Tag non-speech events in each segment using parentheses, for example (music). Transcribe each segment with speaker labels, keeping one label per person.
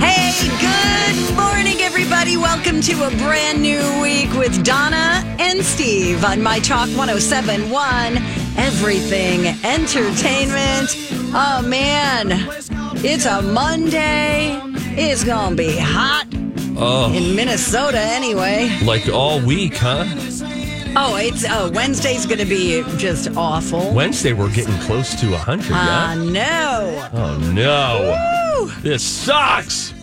Speaker 1: Hey, good morning, everybody. Welcome to a brand new week with Donna and Steve on My Talk 1071 Everything Entertainment. Oh, man. It's a Monday. It's going to be hot
Speaker 2: Oh,
Speaker 1: in Minnesota anyway.
Speaker 2: like all week, huh?
Speaker 1: Oh, it's uh, Wednesday's going to be just awful.
Speaker 2: Wednesday we're getting close to 100,
Speaker 1: Uh,
Speaker 2: yeah?
Speaker 1: no.
Speaker 2: Oh, no.
Speaker 1: Woo!
Speaker 2: This sucks.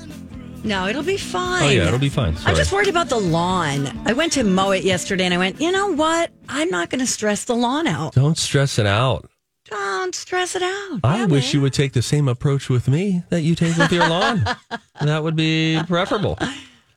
Speaker 1: No, it'll be fine.
Speaker 2: Oh, yeah, it'll be fine.
Speaker 1: I'm
Speaker 2: Sorry.
Speaker 1: just worried about the lawn. I went to mow it yesterday and I went, you know what? I'm not going to stress the lawn out.
Speaker 2: Don't stress it out.
Speaker 1: Don't stress it out.
Speaker 2: I
Speaker 1: Yeah,
Speaker 2: wish
Speaker 1: man.
Speaker 2: you would take the same approach with me that you take
Speaker 1: (laughs)
Speaker 2: with your lawn. that would be preferable.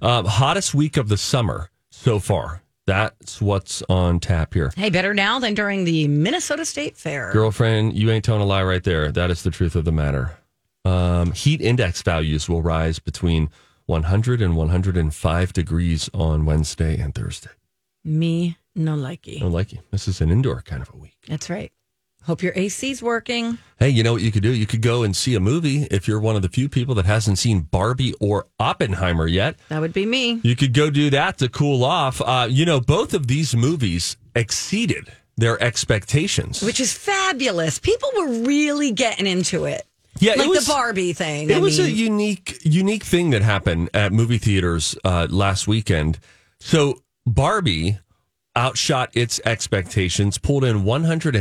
Speaker 2: Um, hottest week of the summer so far. That's what's on tap here.
Speaker 1: Hey, better now than during the Minnesota State Fair.
Speaker 2: Girlfriend, you ain't telling a lie right there. That is the truth of the matter. Um, heat index values will rise between 100 and 105 degrees on Wednesday and Thursday.
Speaker 1: Me, no likey.
Speaker 2: I like you. This is an indoor kind of a week.
Speaker 1: That's right. Hope your AC's working.
Speaker 2: Hey, you know what you could do? You could go and see a movie if you're one of the few people that hasn't seen Barbie or Oppenheimer yet.
Speaker 1: That would be me.
Speaker 2: You could go do that to cool off. Uh, you know, both of these movies exceeded their expectations.
Speaker 1: Which is fabulous. People were really getting into it.
Speaker 2: yeah,
Speaker 1: like
Speaker 2: it was,
Speaker 1: the Barbie thing.
Speaker 2: It
Speaker 1: I
Speaker 2: was a
Speaker 1: mean.
Speaker 2: unique, unique thing that happened at movie theaters uh, last weekend. So Barbie outshot its expectations, pulled in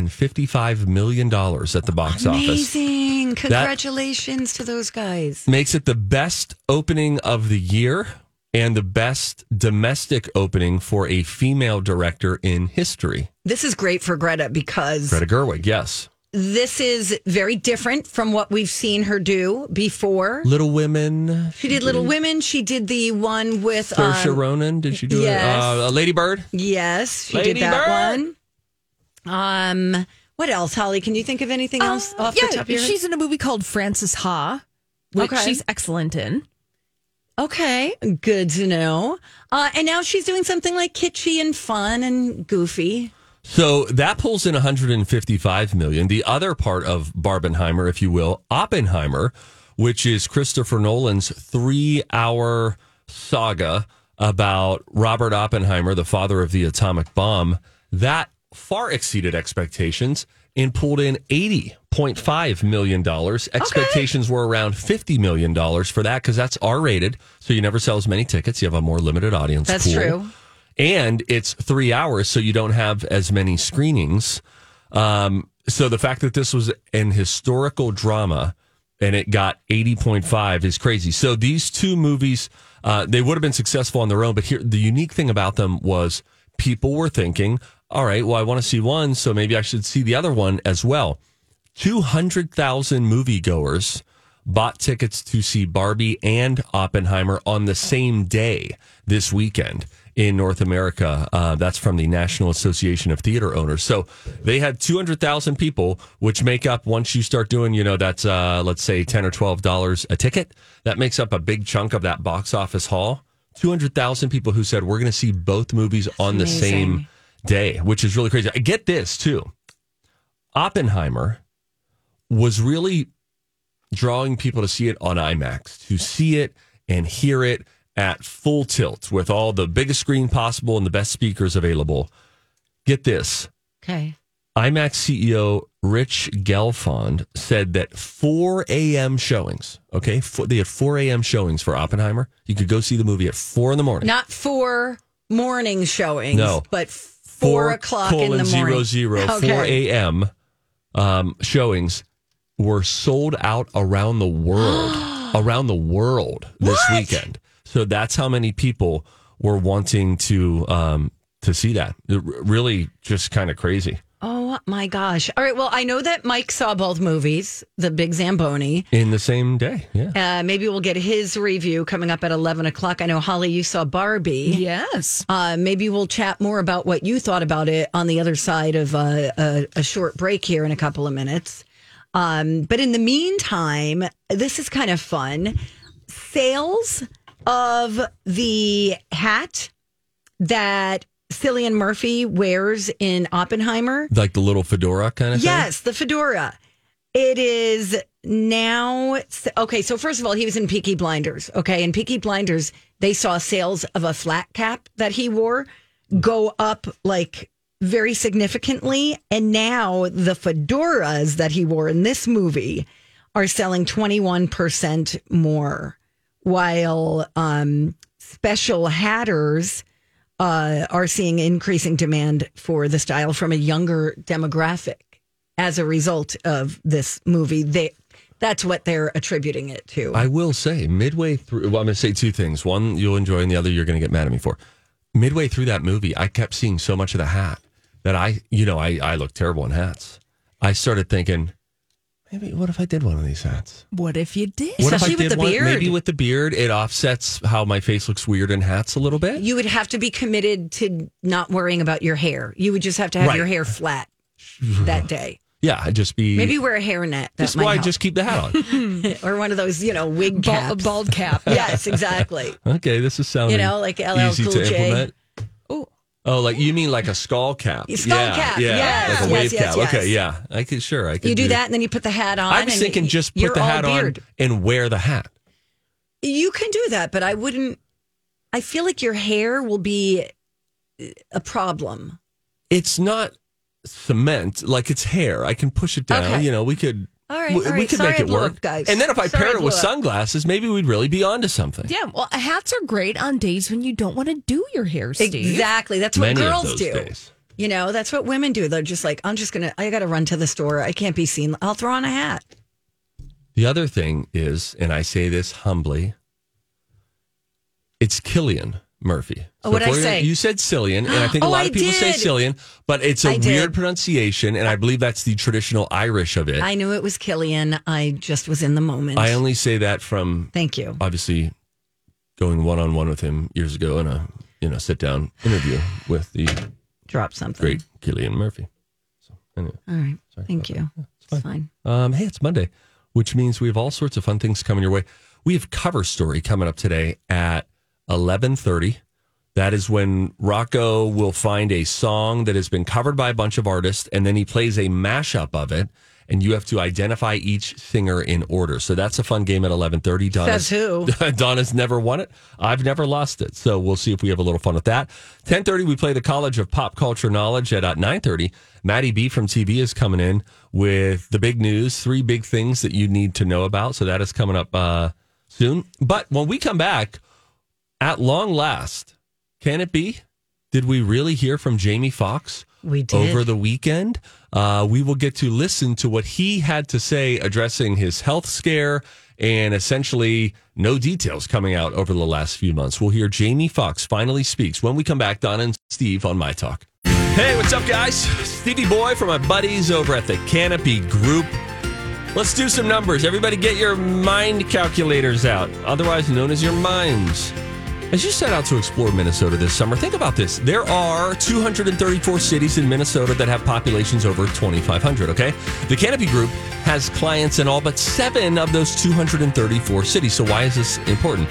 Speaker 2: 155 million dollars at the box office.
Speaker 1: Amazing. Congratulations to those guys.
Speaker 2: makes it the best opening of the year and the best domestic opening for a female director in history.
Speaker 1: This is great for Greta because
Speaker 2: Greta Gerwig, yes.
Speaker 1: this is very different from what we've seen her do before.
Speaker 2: Little Women.
Speaker 1: She did Little Women. She did the one with
Speaker 2: Mm-hmm. Saoirse
Speaker 1: um,
Speaker 2: Ronan, did she do
Speaker 1: yes.
Speaker 2: it? Uh, Lady Bird.
Speaker 1: yes, she
Speaker 2: Lady
Speaker 1: did that
Speaker 2: Bird.
Speaker 1: one. Um, what else, Holly? Can you think of anything else off
Speaker 3: Um, yeah,
Speaker 1: the top of your head?
Speaker 3: she's in a movie called Frances Ha, which
Speaker 1: Okay.
Speaker 3: she's excellent in.
Speaker 1: okay, good to know. Uh, and now she's doing something like kitschy and fun and goofy.
Speaker 2: So that pulls in 155 million. The other part of Barbenheimer, if you will, Oppenheimer, which is Christopher Nolan's three-hour saga about Robert Oppenheimer, the father of the atomic bomb, that far exceeded expectations and pulled in 80.5 million dollars. Expectations were around 50 million dollars for that because that's R-rated, so you never sell as many tickets. You have a more limited audience.
Speaker 1: That's
Speaker 2: pool
Speaker 1: true.
Speaker 2: and it's three hours, so you don't have as many screenings. Um, so the fact that this was an historical drama and it got 80.5 is crazy. So these two movies, uh, they would have been successful on their own, but here, the unique thing about them was people were thinking, all right, well, I want to see one, so maybe I should see the other one as well. 200,000 moviegoers bought tickets to see Barbie and Oppenheimer on the same day this weekend in North America. Uh, that's from the National Association of Theater Owners. So they had 200,000 people, which make up once you start doing, you know, that's, uh, let's say 10 or $12 a ticket. That makes up a big chunk of that box office haul. 200,000 people who said, we're going to see both movies on the same day, which is really crazy. I get this too. Oppenheimer was really drawing people to see it on IMAX, to see it and hear it at full tilt with all the biggest screen possible and the best speakers available. Get this
Speaker 1: Okay.
Speaker 2: IMAX CEO Rich Gelfond said that 4 a.m. showings, okay, four, they had 4 a.m. showings for Oppenheimer. You could go see the movie at 4 in the morning.
Speaker 1: Not four morning showings,
Speaker 2: No.
Speaker 1: but four, o'clock in the
Speaker 2: colon
Speaker 1: morning.
Speaker 2: Zero zero
Speaker 1: (laughs) Okay.
Speaker 2: four a.m. Um, showings were sold out around
Speaker 1: (gasps)
Speaker 2: the world. around the world this weekend. So that's how many people were wanting to um, to see that. It r- really just kind of crazy.
Speaker 1: Oh my gosh. All right. Well, I know that Mike saw both movies, The Big Zamboni.
Speaker 2: in the same day. Yeah.
Speaker 1: Uh, maybe we'll get his review coming up at 11 o'clock. I know, Holly, you saw Barbie.
Speaker 3: Yes.
Speaker 1: Uh, maybe we'll chat more about what you thought about it on the other side of uh, a, a short break here in a couple of minutes. Um, but in the meantime, this is kind of fun. Sales of the hat that Cillian Murphy wears in Oppenheimer.
Speaker 2: Like the little fedora kind of thing.
Speaker 1: Yes, the fedora. It is now okay. So first of all, he was in Peaky Blinders. Okay, in Peaky Blinders, they saw sales of a flat cap that he wore go up like very significantly, and now the fedoras that he wore in this movie are selling twenty one percent more, while um, special hatters uh, are seeing increasing demand for the style from a younger demographic as a result of this movie. They, that's what they're attributing it to.
Speaker 2: I will say, midway through, well, I'm going to say two things. One you'll enjoy, and the other you're going to get mad at me for. Midway through that movie, I kept seeing so much of the hat that I, you know, I, I look terrible in hats. I started thinking, maybe what if I did one of these hats?
Speaker 3: What if you did?
Speaker 2: What
Speaker 1: Especially
Speaker 2: if I
Speaker 1: with
Speaker 2: did
Speaker 1: the
Speaker 2: one?
Speaker 1: beard.
Speaker 2: Maybe with the beard, it offsets how my face looks weird in hats a little bit.
Speaker 1: you would have to be committed to not worrying about your hair. You would just have to have
Speaker 2: Right.
Speaker 1: your hair flat
Speaker 2: (sighs)
Speaker 1: that day.
Speaker 2: Yeah, I'd just be.
Speaker 1: Maybe wear a hairnet. That
Speaker 2: that's
Speaker 1: might
Speaker 2: why I
Speaker 1: help.
Speaker 2: just keep the hat on.
Speaker 1: (laughs) or one of those, you know, wig
Speaker 3: Bal-
Speaker 1: caps.
Speaker 3: bald cap. (laughs)
Speaker 1: yes,
Speaker 2: (laughs)
Speaker 1: exactly. (laughs)
Speaker 2: okay, this is sounding
Speaker 1: You know, like LL
Speaker 2: easy
Speaker 1: Cool
Speaker 2: to
Speaker 1: J.
Speaker 2: implement.
Speaker 3: Ooh.
Speaker 2: Oh, like you mean like a skull cap?
Speaker 1: Skull
Speaker 2: yeah,
Speaker 1: cap,
Speaker 2: yeah,
Speaker 1: yes,
Speaker 2: like a
Speaker 1: yes,
Speaker 2: wave
Speaker 1: yes,
Speaker 2: cap.
Speaker 1: yes.
Speaker 2: Okay, yeah, I could sure I could.
Speaker 1: You do
Speaker 2: do
Speaker 1: that, and then you put the hat on.
Speaker 2: I was
Speaker 1: and
Speaker 2: thinking
Speaker 1: y-
Speaker 2: just
Speaker 1: you're
Speaker 2: put the
Speaker 1: all
Speaker 2: hat on
Speaker 1: beard.
Speaker 2: and wear the hat.
Speaker 1: You can do that, but I wouldn't. I feel like your hair will be a problem.
Speaker 2: It's not cement like it's hair. I can push it down.
Speaker 1: Okay.
Speaker 2: You know, we could.
Speaker 1: All right,
Speaker 2: we,
Speaker 1: all
Speaker 2: we
Speaker 1: right.
Speaker 2: could
Speaker 1: Sorry
Speaker 2: make
Speaker 1: I
Speaker 2: it
Speaker 1: blew
Speaker 2: work,
Speaker 1: up, guys.
Speaker 2: And then if I
Speaker 1: Sorry I
Speaker 2: pair it with
Speaker 1: blew up.
Speaker 2: sunglasses, maybe we'd really be onto something.
Speaker 3: Yeah. Well, hats are great on days when you don't want to do your hair, Steve.
Speaker 1: Exactly. That's what
Speaker 2: Many of
Speaker 1: girls
Speaker 2: those
Speaker 1: do.
Speaker 2: days.
Speaker 1: You know, that's what women do. They're just like, I'm just gonna. I gotta run to the store. I can't be seen. I'll throw on a hat.
Speaker 2: The other thing is, and I say this humbly, it's Killian Murphy.
Speaker 1: Oh, what'd
Speaker 2: if
Speaker 1: I
Speaker 2: we're gonna-
Speaker 1: say?
Speaker 2: You said Cillian, and I think
Speaker 1: (gasps)
Speaker 2: a
Speaker 1: Oh,
Speaker 2: lot
Speaker 1: I
Speaker 2: of people say
Speaker 1: did.
Speaker 2: Cillian, but it's a
Speaker 1: I did.
Speaker 2: weird pronunciation, and I believe that's the traditional Irish of it. I,
Speaker 1: I knew it was Killian. I just was in the moment.
Speaker 2: only say that from
Speaker 1: Thank you.
Speaker 2: obviously going one on one with him years ago in a you know sit down interview with the
Speaker 1: Drop something.
Speaker 2: great Killian Murphy. So anyway.
Speaker 1: All right. Thank you. it's fine.
Speaker 2: Um, hey, it's Monday, which means we have all sorts of fun things coming your way. We have cover story coming up today at eleven thirty. That is when Rocco will find a song that has been covered by a bunch of artists, and then he plays a mashup of it, and you have to identify each singer in order. So that's a fun game at eleven thirty.
Speaker 1: Says who?
Speaker 2: (laughs) Donna's never won it. I've never lost it. So we'll see if we have a little fun with that. 1030, we play the College of Pop Culture Knowledge at uh, 930. Maddie B from TV is coming in with the big news, three big things that you need to know about. So that is coming up uh, soon. But when we come back, at long last, can it be? Did we really hear from Jamie Foxx?
Speaker 1: We did.
Speaker 2: over the weekend. Uh, we will get to listen to what he had to say addressing his health scare and essentially no details coming out over the last few months. We'll hear Jamie Foxx finally speaks when we come back. Donna and Steve on My Talk. Hey, what's up, guys? Stevie Boy from my buddies over at the Canopy Group. Let's do some numbers. Everybody, get your mind calculators out, otherwise known as your minds. As you set out to explore Minnesota this summer, think about this. There are 234 cities in Minnesota that have populations over 2,500, okay? The Canopy Group has clients in all but seven of those 234 cities. So, why is this important?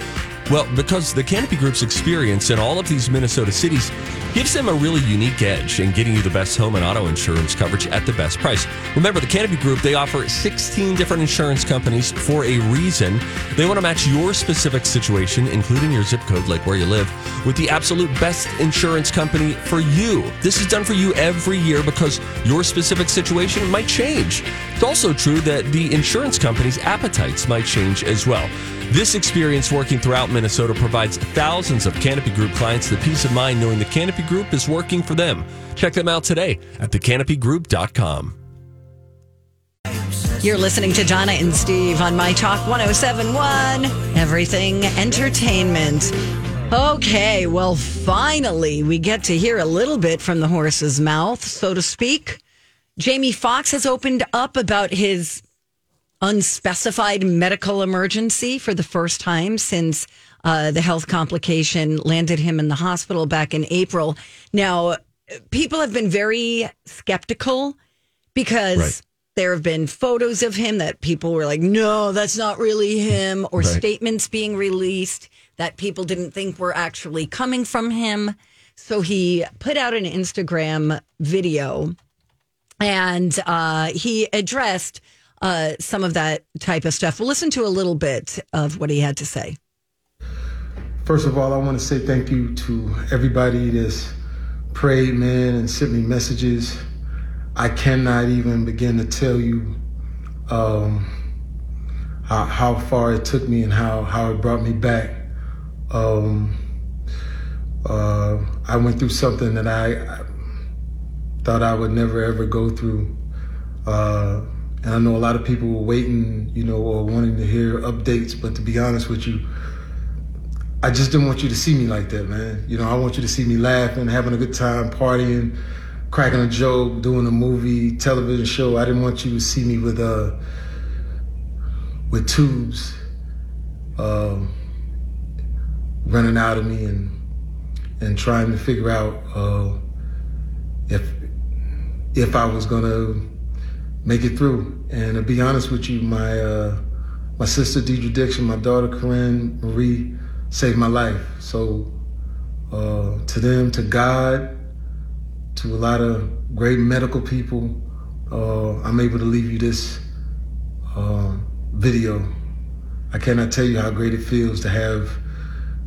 Speaker 2: Well, because the Canopy Group's experience in all of these Minnesota cities gives them a really unique edge in getting you the best home and auto insurance coverage at the best price. Remember, the Canopy Group, they offer 16 different insurance companies for a reason. They want to match your specific situation, including your zip code, like where you live, with the absolute best insurance company for you. This is done for you every year because your specific situation might change. It's also true that the insurance company's appetites might change as well. This experience working throughout Minnesota provides thousands of Canopy Group clients the peace of mind knowing the Canopy Group is working for them. Check them out today at thecanopygroup.com.
Speaker 1: You're listening to Donna and Steve on My Talk 1071, Everything Entertainment. Okay, well, finally, we get to hear a little bit from the horse's mouth, so to speak. Jamie Foxx has opened up about his unspecified medical emergency for the first time since uh, the health complication landed him in the hospital back in April. Now, people have been very skeptical because
Speaker 2: Right.
Speaker 1: there have been photos of him that people were like, no, that's not really him, or
Speaker 2: Right.
Speaker 1: statements being released that people didn't think were actually coming from him. So he put out an Instagram video and uh, he addressed uh, some of that type of stuff. We'll listen to a little bit of what he had to say.
Speaker 4: First of all, I want to say thank you to everybody that's prayed, man, and sent me messages. I cannot even begin to tell you um, how, how far it took me and how, how it brought me back. Um, uh, I went through something that I, I thought I would never ever go through. Uh, and I know a lot of people were waiting, you know, or wanting to hear updates, but to be honest with you, I just didn't want you to see me like that, man. You know, I want you to see me laughing, having a good time, partying, cracking a joke, doing a movie, television show. I didn't want you to see me with uh with tubes um, running out of me and and trying to figure out uh, if if I was gonna make it through. And to be honest with you, my uh, my sister Deidre Dixon, my daughter Corinne Marie saved my life. So uh, to them, to God, to a lot of great medical people, uh, I'm able to leave you this uh, video. I cannot tell you how great it feels to have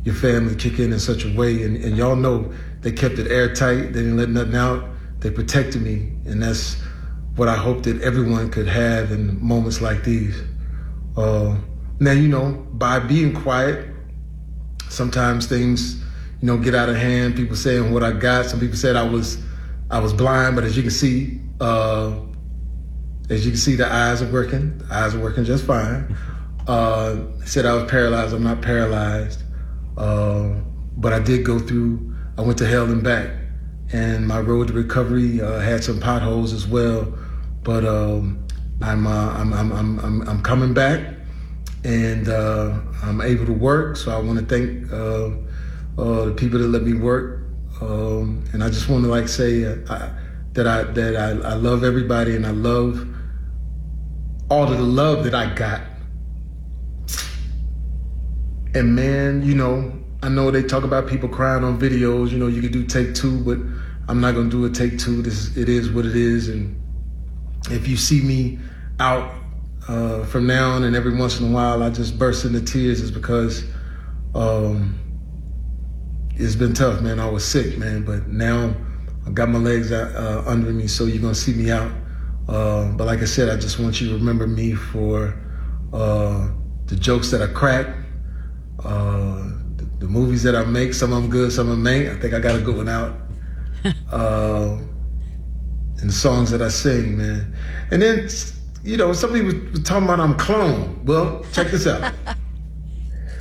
Speaker 4: your family kick in in such a way. And, and y'all know they kept it airtight. They didn't let nothing out. They protected me. And that's what I hope that everyone could have in moments like these. Uh, now, you know, by being quiet, sometimes things, you know, get out of hand. People saying what I got. Some people said I was, I was blind. But as you can see, uh, as you can see, the eyes are working. The eyes are working just fine. Uh, said I was paralyzed. I'm not paralyzed. Um, but I did go through, I went to hell and back. And my road to recovery uh, had some potholes as well. But um, I'm, uh, I'm, I'm, I'm, I'm, I'm coming back and uh, I'm able to work. So I want to thank uh, uh, the people that let me work. Um, and I just want to like say uh, I, that I that I, I love everybody and I love all of the love that I got. And man, you know, I know they talk about people crying on videos. You know, you could do take two, but I'm not gonna do a take two. This is, it is what it is, and if you see me out uh, from now on and every once in a while I just burst into tears is because um, it's been tough, man. I was sick, man, but now I got my legs out, uh, under me, so you're gonna see me out. Uh, but like I said, I just want you to remember me for uh, the jokes that I crack, uh, the, the movies that I make. Some of them good, some of them ain't. I think I got a good one out. uh, and the songs that I sing, man. And then, you know, somebody was, was talking about I'm clone. Well, check this out.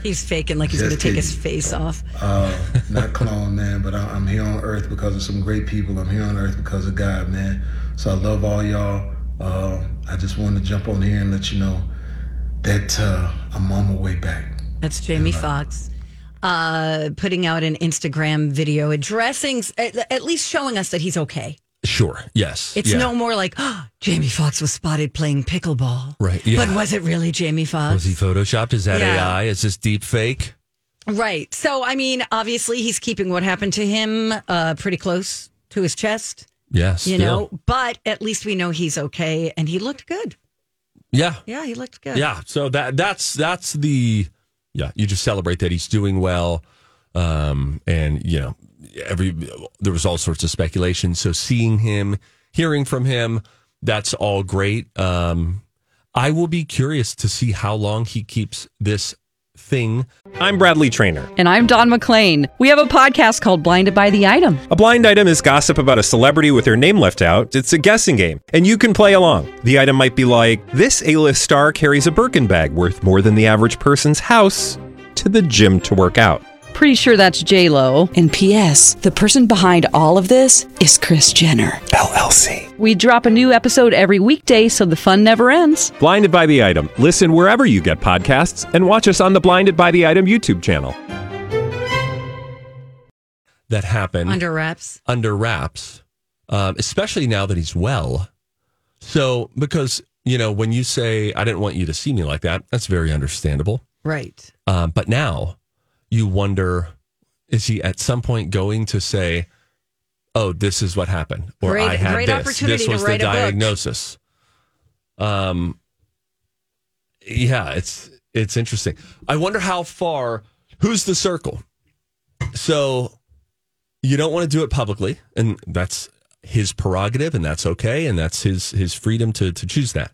Speaker 1: He's faking like he's
Speaker 4: Just
Speaker 1: going to take
Speaker 4: kidding.
Speaker 1: his face off.
Speaker 4: Uh, not clone, man, but I, I'm here on earth because of some great people. I'm here on earth because of God, man. So I love all y'all. Uh, I just wanted to jump on here and let you know that uh, I'm on my way back.
Speaker 1: That's Jamie Foxx uh, putting out an Instagram video addressing, at, at least showing us that he's okay.
Speaker 2: Sure. Yes.
Speaker 1: It's
Speaker 2: Yeah.
Speaker 1: no more like, (gasps) oh, Jamie Foxx was spotted playing pickleball.
Speaker 2: Right, yeah.
Speaker 1: But was it really Jamie Foxx?
Speaker 2: Was he photoshopped? Is that
Speaker 1: Yeah.
Speaker 2: AI? Is this deep fake?
Speaker 1: Right. So, I mean, obviously, he's keeping what happened to him uh, pretty close to his chest,
Speaker 2: Yes.
Speaker 1: you know, but at least we know he's okay and he looked good.
Speaker 2: Yeah.
Speaker 1: Yeah, he looked good.
Speaker 2: Yeah. So that that's that's the yeah. You just celebrate that he's doing well, um, and you know every there was all sorts of speculation. So seeing him, hearing from him, that's all great. Um, I will be curious to see how long he keeps this thing.
Speaker 5: I'm Bradley Trainer.
Speaker 6: And I'm Don McClain. We have a podcast called Blinded by the Item.
Speaker 5: A blind item is gossip about a celebrity with their name left out. It's a guessing game, and you can play along. The item might be like this: A-list star carries a Birkin bag worth more than the average person's house to the gym to work out.
Speaker 6: Pretty sure that's J Lo.
Speaker 7: And P.S. The person behind all of this is Chris Jenner.
Speaker 5: LLC.
Speaker 6: We drop a new episode every weekday, so the fun never ends.
Speaker 5: Blinded by the Item. Listen wherever you get podcasts and watch us on the Blinded by the Item YouTube channel.
Speaker 2: that happened
Speaker 1: Under wraps.
Speaker 2: under wraps, um, especially now that he's well. So, because, you know, when you say, I didn't want you to see me like that, that's very understandable.
Speaker 1: Right.
Speaker 2: Um, but now you wonder is he at some point going to say, oh, this is what happened? Or
Speaker 1: Great-
Speaker 2: I had
Speaker 1: great
Speaker 2: this.
Speaker 1: opportunity
Speaker 2: this
Speaker 1: to
Speaker 2: was the
Speaker 1: write a book."
Speaker 2: diagnosis. Um, yeah, it's it's interesting. I wonder how far, who's the circle? So you don't want to do it publicly, and that's his prerogative, and that's okay, and that's his his freedom to to choose that.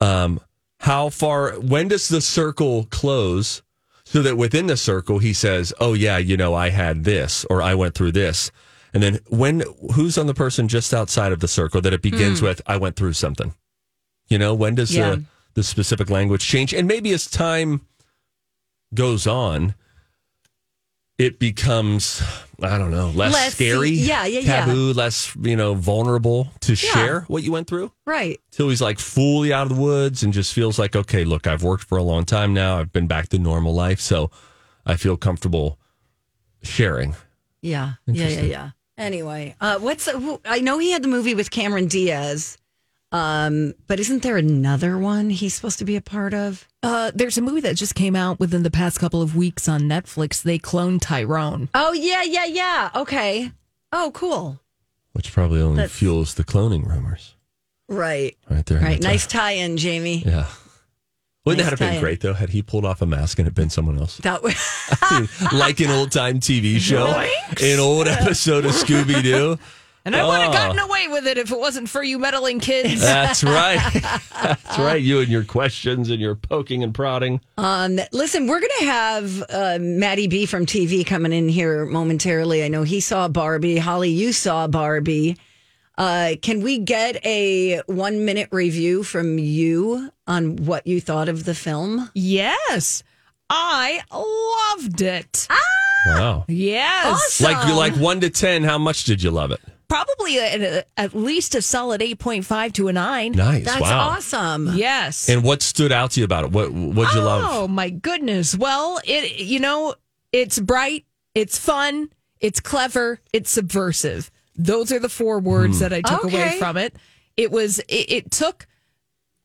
Speaker 2: Um, how far? When does the circle close? So that within the circle, he says, "Oh yeah, you know, I had this, or I went through this." And then when who's on the person just outside of the circle that it begins with, "I went through something." You know, when does
Speaker 1: Hmm. Yeah.
Speaker 2: the the specific language change? And maybe as time goes on, it becomes I don't know less,
Speaker 1: Less-
Speaker 2: scary,
Speaker 1: yeah, yeah, yeah.
Speaker 2: taboo, less you know vulnerable to share what you went through.
Speaker 1: Right.
Speaker 2: Till he's like fully out of the woods and just feels like okay, look, I've worked for a long time now. I've been back to normal life, so I feel comfortable sharing.
Speaker 1: Yeah. Yeah. Yeah. Yeah. Anyway, uh, what's who- I know he had the movie with Cameron Diaz, um, but isn't there another one he's supposed to be a part of?
Speaker 3: Uh, there's a movie that just came out within the past couple of weeks on Netflix. They cloned Tyrone.
Speaker 1: Oh yeah, yeah, yeah. Okay. Oh, cool.
Speaker 2: Which probably only
Speaker 1: That's-
Speaker 2: fuels the cloning rumors,
Speaker 1: Right.
Speaker 2: right there. in (laughs)
Speaker 1: Right.
Speaker 2: the
Speaker 1: Nice
Speaker 2: top.
Speaker 1: tie-in, Jamie.
Speaker 2: yeah. Wouldn't
Speaker 1: Nice
Speaker 2: that have been
Speaker 1: tie-in.
Speaker 2: great though? Had he pulled off a mask and it been someone else? (laughs)
Speaker 1: That was
Speaker 2: like an old
Speaker 1: (laughs)
Speaker 2: time TV show, an old episode of Scooby Doo.
Speaker 3: And I would
Speaker 2: Oh.
Speaker 3: have gotten away with it if it wasn't for you meddling (laughs) kids.
Speaker 2: That's right. (laughs)
Speaker 1: (laughs)
Speaker 2: That's right. You and your questions and your poking and prodding.
Speaker 1: Um, listen, we're going to have uh, Maddie B from TV coming in here momentarily. I know he saw Barbie. Holly, you saw Barbie. Uh, can we get a one minute review from you on what you thought of the film?
Speaker 3: yes. I loved it.
Speaker 2: Wow.
Speaker 3: Yes.
Speaker 2: Like you like one to ten. How much did you love it?
Speaker 3: Probably a, a- at least a solid 8.5 to a 9.
Speaker 2: Nice.
Speaker 1: That's
Speaker 2: wow.
Speaker 1: awesome.
Speaker 3: Yes.
Speaker 2: And what stood out to you about it? What what'd you love?
Speaker 3: Oh my goodness. Well, it you know, it's bright, it's fun, it's clever, it's subversive. Those are the four words
Speaker 2: Hmm.
Speaker 3: that I took
Speaker 1: Okay.
Speaker 3: away from it. It was it, it took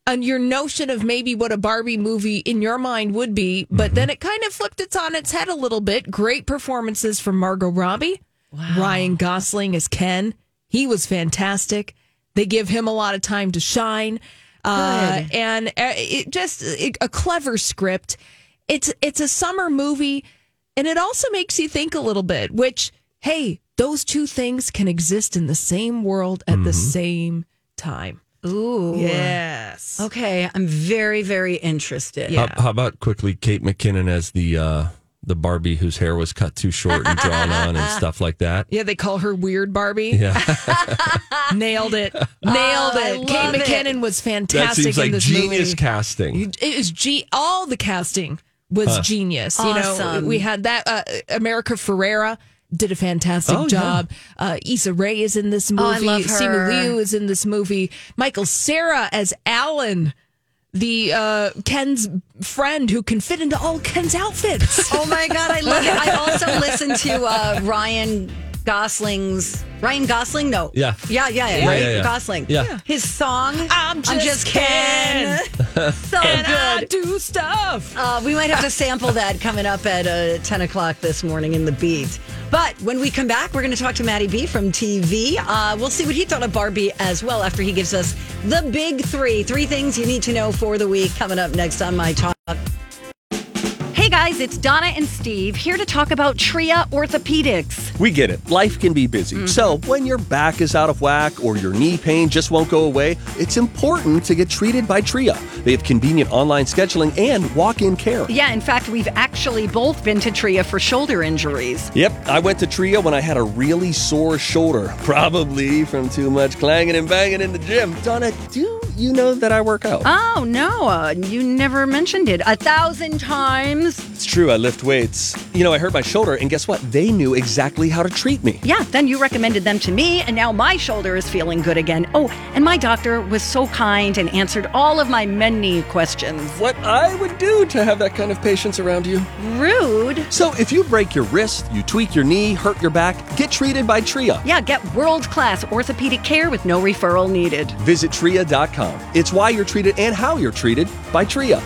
Speaker 3: on your notion of maybe what a Barbie movie in your mind would be, but
Speaker 2: Mm-hmm.
Speaker 3: then it kind of flipped its on its head a little bit. Great performances from Margot Robbie, Ryan Gosling as Ken. He was fantastic. They give him a lot of time to shine, uh, and uh, it just it, a clever script. It's it's a summer movie, and it also makes you think a little bit. Which hey, those two things can exist in the same world
Speaker 2: Mm-hmm.
Speaker 3: at the same time.
Speaker 1: Ooh.
Speaker 3: Yes.
Speaker 1: Okay. I'm very, very interested.
Speaker 2: How, how about quickly Kate McKinnon as the uh, the Barbie whose hair was cut too short and drawn on
Speaker 3: (laughs)
Speaker 2: and stuff like that?
Speaker 3: Yeah, they call her Weird Barbie.
Speaker 2: Yeah.
Speaker 3: (laughs)
Speaker 1: (laughs)
Speaker 3: Nailed it. Nailed
Speaker 1: Oh, I
Speaker 3: it.
Speaker 1: love
Speaker 3: Kate
Speaker 1: it.
Speaker 3: McKinnon was
Speaker 2: that
Speaker 3: fantastic
Speaker 2: seems like
Speaker 3: in this
Speaker 2: genius
Speaker 3: movie.
Speaker 2: casting.
Speaker 3: it was G- all the casting was genius. You
Speaker 1: Awesome.
Speaker 3: know, we had that uh, America Ferrera did a fantastic
Speaker 2: Oh, yeah.
Speaker 3: job. Uh, Issa Rae is in this movie.
Speaker 1: Oh, I love her.
Speaker 3: Simu Liu is in this movie. Michael Sarah as Alan, the uh, Ken's friend who can fit into all Ken's outfits.
Speaker 1: (laughs) Oh my God. I love it. I also listened to uh, Ryan Gosling's. Ryan Gosling? No.
Speaker 2: Yeah.
Speaker 1: Yeah. Yeah. yeah, right?
Speaker 2: yeah, yeah.
Speaker 1: Gosling.
Speaker 2: Yeah.
Speaker 1: His song.
Speaker 3: I'm just,
Speaker 1: Ken.
Speaker 3: Ken.
Speaker 1: (laughs) So
Speaker 3: And I
Speaker 1: good.
Speaker 3: do stuff.
Speaker 1: Uh, we might have to sample that coming up at uh, 10 o'clock this morning in the beat. But when we come back, we're going to talk to Maddie B from TV. Uh, we'll see what he thought of Barbie as well after he gives us the big three three things you need to know for the week coming up next on My Talk.
Speaker 7: Hey guys, it's Donna and Steve here to talk about Tria Orthopedics.
Speaker 8: We get it. Life can be busy. So, when your back is out of whack or your knee pain just won't go away, it's important to get treated by Tria. They have convenient online scheduling and walk in care.
Speaker 7: Yeah, in fact, we've actually both been to Tria for shoulder injuries.
Speaker 8: Yep, I went to Tria when I had a really sore shoulder, (laughs) probably from too much clanging and banging in the gym. Donna, do you know that I work out?
Speaker 7: Oh no, uh, you never mentioned it a thousand times.
Speaker 8: It's true, I lift weights. you know, I hurt my shoulder, and guess what? They knew exactly how to treat me.
Speaker 7: Yeah, then you recommended them to me, and now my shoulder is feeling good again. Oh, and my doctor was so kind and answered all of my many questions.
Speaker 8: What I would do to have that kind of patience around you.
Speaker 7: Rude.
Speaker 8: So if you break your wrist, you tweak your knee, hurt your back, get treated by TRIA.
Speaker 7: Yeah, get world class orthopedic care with no referral needed.
Speaker 8: Visit TRIA.com. It's why you're treated and how you're treated by TRIA.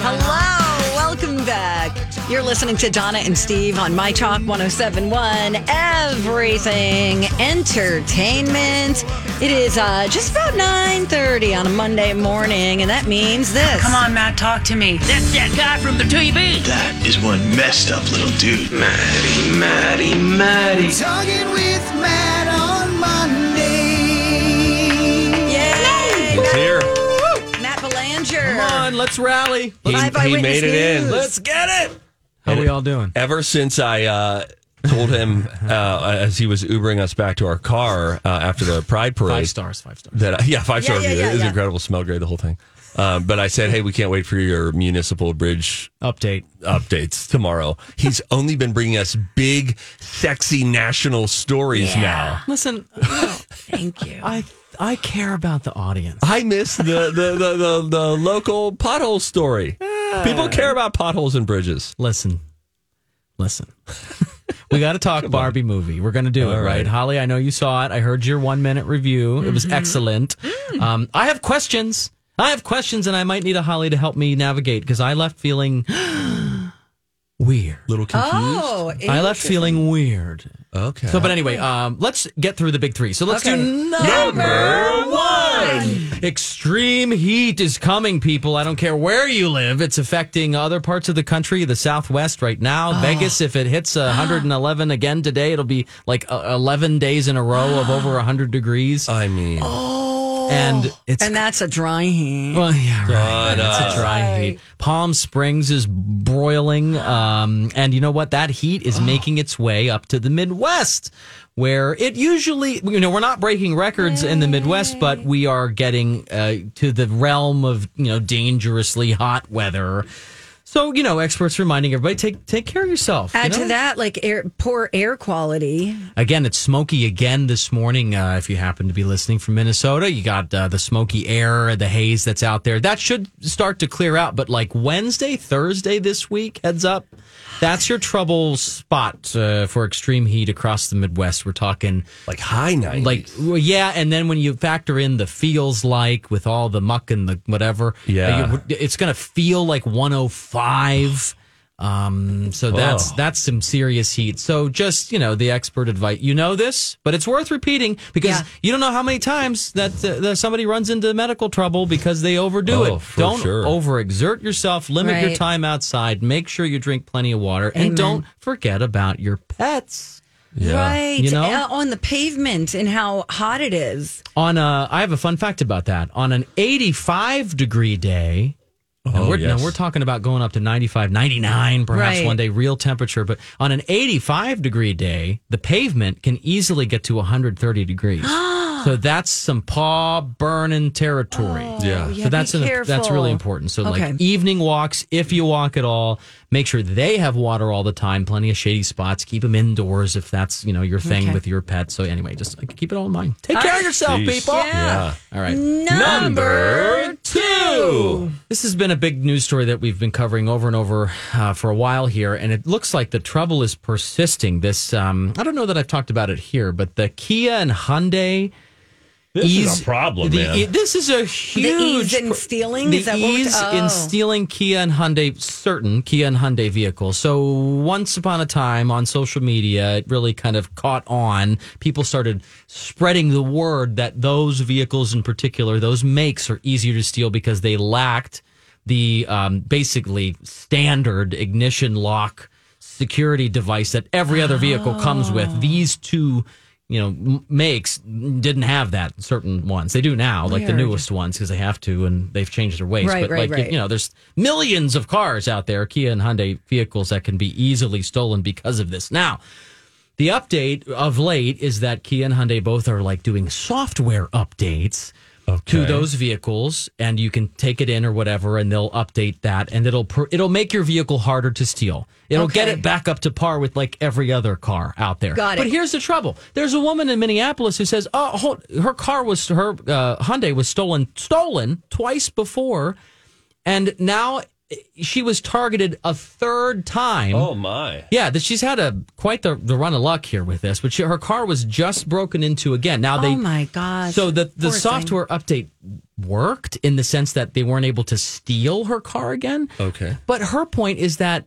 Speaker 1: Hello, welcome back. You're listening to Donna and Steve on My Talk 1071, Everything Entertainment. It is uh, just about 9.30 on a Monday morning, and that means this. Come on.
Speaker 9: Matt, talk to me. That's that guy from the TV.
Speaker 10: That is one messed up little dude. Matty, Matty, Matty. Talking with Matt on Monday.
Speaker 1: Yay!
Speaker 2: He's here.
Speaker 1: Matt Belanger.
Speaker 8: let's rally.
Speaker 2: He,
Speaker 1: Live
Speaker 2: he
Speaker 1: Eyewitness
Speaker 2: made it in.
Speaker 1: News.
Speaker 8: Let's get it.
Speaker 11: How we all doing?
Speaker 2: Ever since I uh, told him uh, as he was Ubering us back to our car uh, after the Pride Parade.
Speaker 11: Five stars, five stars.
Speaker 2: That I, yeah, five
Speaker 1: Yeah,
Speaker 2: star
Speaker 1: yeah,
Speaker 2: review.
Speaker 1: yeah,
Speaker 2: it was
Speaker 1: yeah.
Speaker 2: incredible. Smell great, the whole thing. Um, but I said, hey, we can't wait for your municipal bridge
Speaker 11: Update.
Speaker 2: updates tomorrow.
Speaker 1: (laughs)
Speaker 2: He's only been bringing us big, sexy national stories now.
Speaker 11: Listen,
Speaker 1: Thank you.
Speaker 11: (laughs) I I care about the audience.
Speaker 2: I miss the the, the, the, the local pothole story. People care about potholes and bridges.
Speaker 11: Listen, listen. (laughs) We got to talk Barbie movie. We're going to do it,
Speaker 2: All
Speaker 11: right.
Speaker 2: right.
Speaker 11: Holly, I know you saw it. I heard your one minute review. It was excellent. Um, I have questions. I have questions, and I might need a Holly to help me navigate because I left feeling (gasps) weird.
Speaker 2: Little confused.
Speaker 1: Oh,
Speaker 11: I left feeling weird.
Speaker 2: Okay.
Speaker 11: So, but anyway, um, let's get through the big three. So let's
Speaker 1: Okay.
Speaker 11: do
Speaker 1: Number
Speaker 11: number one. Extreme heat is coming, people. I don't care where you live. It's affecting other parts of the country, the Southwest right now. Vegas, if it (gasps) hits uh, 111 again today, it'll be like uh, 11 days in a row of over 100 degrees.
Speaker 2: I mean,
Speaker 11: and it's
Speaker 1: and that's a dry heat. uh,
Speaker 11: well, yeah, right.
Speaker 2: But,
Speaker 11: it's a dry heat. Palm Springs is broiling, um, and you know what? That
Speaker 1: (gasps)
Speaker 11: heat is making its way up to the Midwest, where it usually, you know, we're not breaking records in the Midwest, but we are getting uh, to the realm of you know dangerously hot weather. So you know, experts reminding everybody take take care of yourself. you
Speaker 1: Add
Speaker 11: know?
Speaker 1: to that, like air, poor air quality.
Speaker 11: Again, it's smoky again this morning. Uh, if you happen to be listening from Minnesota, you got uh, the smoky air, the haze that's out there. That should start to clear out. But like Wednesday, Thursday this week, heads up, that's your trouble spot uh, for extreme heat across the Midwest. We're talking
Speaker 2: like high night.
Speaker 11: like well, yeah, and then when you factor in the feels like with all the muck and the whatever, uh,
Speaker 2: Yeah.
Speaker 11: you- it's gonna feel like 105. Um, so that's
Speaker 2: Oh.
Speaker 11: that's some serious heat. So just you know the expert advice, you know this, but it's worth repeating because
Speaker 1: Yeah.
Speaker 11: you don't know how many times that, uh, that somebody runs into medical trouble because they overdo
Speaker 2: Oh,
Speaker 11: it.
Speaker 2: for
Speaker 11: Don't
Speaker 2: sure.
Speaker 11: overexert yourself. Limit your
Speaker 1: Right.
Speaker 11: time outside. Make sure you drink plenty of water, and don't forget about your pets.
Speaker 1: Right.
Speaker 11: You know?
Speaker 1: Uh, on the pavement and how hot it is.
Speaker 11: on a I have a fun fact about that. On an 85 degree day, and
Speaker 2: Oh,
Speaker 11: we're, now
Speaker 2: yes.
Speaker 11: we're talking about going up to 95, 99 perhaps
Speaker 1: Right.
Speaker 11: one day real temperature, but on an 85 degree day, the pavement can easily get to 130
Speaker 1: (gasps)
Speaker 11: degrees. so that's some paw burning territory.
Speaker 2: yeah.
Speaker 1: Oh, yeah.
Speaker 11: So that's
Speaker 1: be
Speaker 11: an,
Speaker 1: careful.
Speaker 11: that's really important. So
Speaker 1: Okay.
Speaker 11: like evening walks, if you walk at all, make sure they have water all the time, plenty of shady spots, keep them indoors if that's, you know, your thing with your pet. So anyway, just like, keep it all in mind. Take care of yourself,
Speaker 2: Jeez.
Speaker 11: people.
Speaker 2: Yeah.
Speaker 11: All right.
Speaker 2: Number two.
Speaker 11: This has been a big news story that we've been covering over and over uh, for a while here, and it looks like the trouble is persisting. This, um, I don't know that I've talked about it here, but the Kia and Hyundai.
Speaker 2: This
Speaker 11: ease-
Speaker 2: is a problem,
Speaker 11: the-
Speaker 2: man.
Speaker 11: it- this is a huge.
Speaker 1: ease in stealing?
Speaker 11: The
Speaker 1: Is that what we're-
Speaker 11: ease
Speaker 1: Oh.
Speaker 11: in stealing Kia and Hyundai, certain Kia and Hyundai vehicles. So once upon a time on social media, it really kind of caught on. People started spreading the word that those vehicles in particular, those makes, are easier to steal because they lacked the um, basically standard ignition lock security device that every other vehicle comes
Speaker 1: Oh.
Speaker 11: with. These two, you know, m- makes didn't have that. Certain ones they do now, like the newest ones, because they have to and they've changed their ways.
Speaker 1: Right,
Speaker 11: but
Speaker 1: right,
Speaker 11: like
Speaker 1: right.
Speaker 11: you know, there's millions of cars out there, Kia and Hyundai vehicles that can be easily stolen because of this. Now. The update of late is that Kia and Hyundai both are like doing software updates to those vehicles, and you can take it in or whatever, and they'll update that, and it'll pr- it'll make your vehicle harder to steal. It'll get
Speaker 12: Okay.
Speaker 11: it back up to par with like every other car out there.
Speaker 12: Got it.
Speaker 11: But here's the trouble: there's a woman in Minneapolis who says, "Oh, hold, her car was her uh, Hyundai was stolen stolen twice before, and now." She was targeted a third time.
Speaker 2: Oh, my.
Speaker 11: Yeah, that she's had a quite the, the run of luck here with this. But she, her car was just broken into again. Now Uh, they
Speaker 7: oh my gosh.
Speaker 11: so the the
Speaker 7: Poor thing.
Speaker 11: software update worked in the sense that they weren't able to steal her car again.
Speaker 2: Okay.
Speaker 11: But her point is that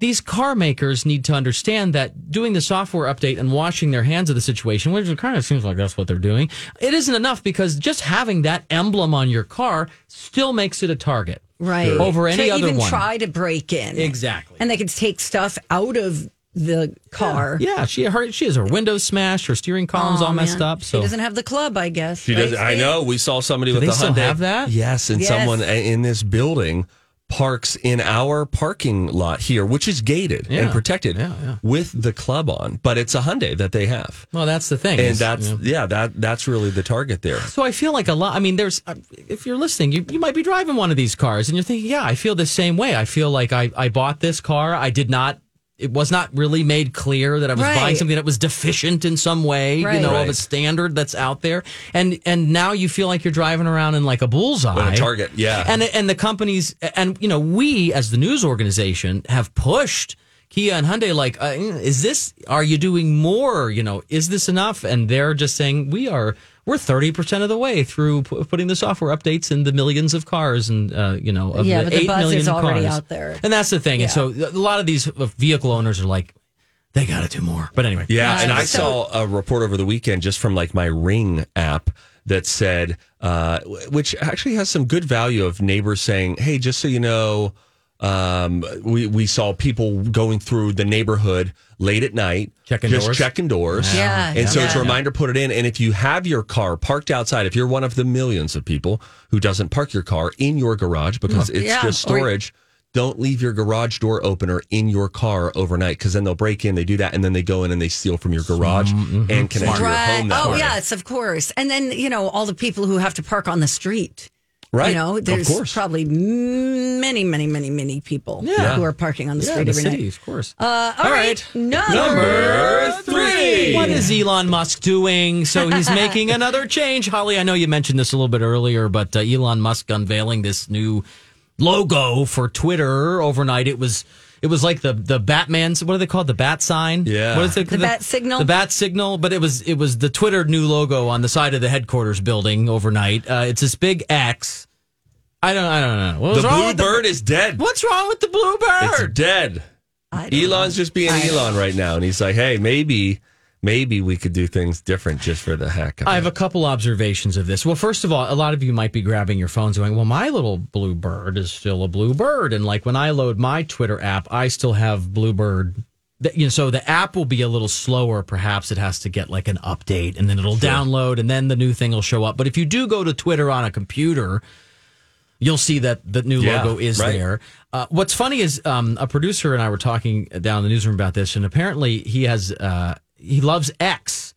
Speaker 11: these car makers need to understand that doing the software update and washing their hands of the situation, which it kind of seems like that's what they're doing, it isn't enough because just having that emblem on your car still makes it a target.
Speaker 1: Right.
Speaker 11: Over any
Speaker 1: to
Speaker 11: other
Speaker 1: even
Speaker 11: one.
Speaker 1: try to break in.
Speaker 11: Exactly.
Speaker 1: And they could take stuff out of the car.
Speaker 11: Yeah, she her she has her windows smashed, her steering columns
Speaker 1: Aw,
Speaker 11: all messed
Speaker 1: man.
Speaker 11: up. So
Speaker 1: She doesn't have the club, I guess.
Speaker 2: She does. I know. We saw somebody
Speaker 11: Do
Speaker 2: with
Speaker 11: they
Speaker 2: a
Speaker 11: still
Speaker 2: Hyundai.
Speaker 11: have that?
Speaker 2: Yes, and
Speaker 1: Yes.
Speaker 2: someone a- in this building parks in our parking lot here, which is gated
Speaker 11: Yeah.
Speaker 2: and protected,
Speaker 11: yeah.
Speaker 2: with the club on. But it's a Hyundai that they have,
Speaker 11: well, that's the thing.
Speaker 2: and
Speaker 11: is,
Speaker 2: that's
Speaker 11: you know.
Speaker 2: yeah, that that's really the target there.
Speaker 11: So I feel like a lot. I mean, there's uh, if you're listening, you, you might be driving one of these cars, and you're thinking, yeah, I feel the same way. I feel like I I bought this car. I did not. It was not really made clear that I was
Speaker 12: Right.
Speaker 11: buying something that was deficient in some way,
Speaker 12: Right.
Speaker 11: you know, of a
Speaker 12: Right.
Speaker 11: standard that's out there. And and now you feel like you're driving around in like a bullseye,
Speaker 2: With a target, yeah.
Speaker 11: And and the companies and you know we as the news organization have pushed Kia and Hyundai like uh, is this are you doing more you know is this enough and they're just saying we are we're 30% of the way through p- putting the software updates in the millions of cars and uh, you know of
Speaker 1: Yeah,
Speaker 11: the
Speaker 1: but the
Speaker 11: 8
Speaker 1: buzz
Speaker 11: million
Speaker 1: is already
Speaker 11: cars.
Speaker 1: out there.
Speaker 11: and that's the thing and so a lot of these uh, vehicle owners are like they got to do more but anyway
Speaker 2: Yeah, and I
Speaker 11: So-
Speaker 2: saw a report over the weekend just from like my Ring app that said, uh, w- which actually has some good value of neighbors saying, "Hey, just so you know, um, we we saw people going through the neighborhood late at night,
Speaker 11: Checking
Speaker 2: just
Speaker 11: doors.
Speaker 2: checking doors,
Speaker 1: Yeah.
Speaker 2: and so it's a
Speaker 1: Yeah.
Speaker 2: reminder put it in. And if you have your car parked outside, if you're one of the millions of people who doesn't park your car in your garage because it's
Speaker 1: Hmm. Yeah,
Speaker 2: just
Speaker 1: or-
Speaker 2: storage." don't leave your garage door open or in your car overnight because then they'll break in, they do that, and then they go in and they steal from your garage
Speaker 11: Mm-hmm.
Speaker 2: and connect to your home. That
Speaker 1: Oh,
Speaker 2: way.
Speaker 1: yes, of course. And then, you know, all the people who have to park on the street.
Speaker 2: Right.
Speaker 1: You know,
Speaker 2: Of
Speaker 1: there's
Speaker 2: course.
Speaker 1: probably many, many, many, many people
Speaker 11: Yeah.
Speaker 1: who are parking on the
Speaker 11: yeah,
Speaker 1: street
Speaker 11: the
Speaker 1: every
Speaker 11: city,
Speaker 1: night.
Speaker 11: of course.
Speaker 1: Uh, all
Speaker 11: All
Speaker 1: right.
Speaker 11: right.
Speaker 1: Number,
Speaker 11: three. What is Elon Musk doing?
Speaker 1: (laughs)
Speaker 11: So he's making another change. Holly, I know you mentioned this a little bit earlier, but uh, Elon Musk unveiling this new logo for Twitter overnight. It was it was like the the Batman's what are they called? The bat sign?
Speaker 2: Yeah.
Speaker 11: What is it?
Speaker 1: The bat signal?
Speaker 11: The bat signal, but it was it was the Twitter new logo on the side of the headquarters building overnight. Uh, it's this big X. I don't I don't know. What
Speaker 2: The
Speaker 11: was wrong
Speaker 2: blue
Speaker 11: with the-
Speaker 2: bird is dead.
Speaker 11: What's wrong with the blue
Speaker 2: It's
Speaker 11: bird?
Speaker 2: dead. Elon's just being Elon right now, and he's like, "Hey, maybe, maybe we could do things different just for the heck of
Speaker 11: I
Speaker 2: it."
Speaker 11: have a couple observations of this. Well, first of all, a lot of you might be grabbing your phones going, Well, my little blue bird is still a blue bird. And like when I load my Twitter app, I still have Bluebird. That- You know, so the app will be a little slower. Perhaps it has to get like an update and then it'll download and then the new thing will show up. But if you do go to Twitter on a computer, you'll see that the new
Speaker 2: Yeah,
Speaker 11: logo is
Speaker 2: right.
Speaker 11: there. Uh, what's funny is um, a producer and I were talking down in the newsroom about this, and apparently he has uh, he loves X.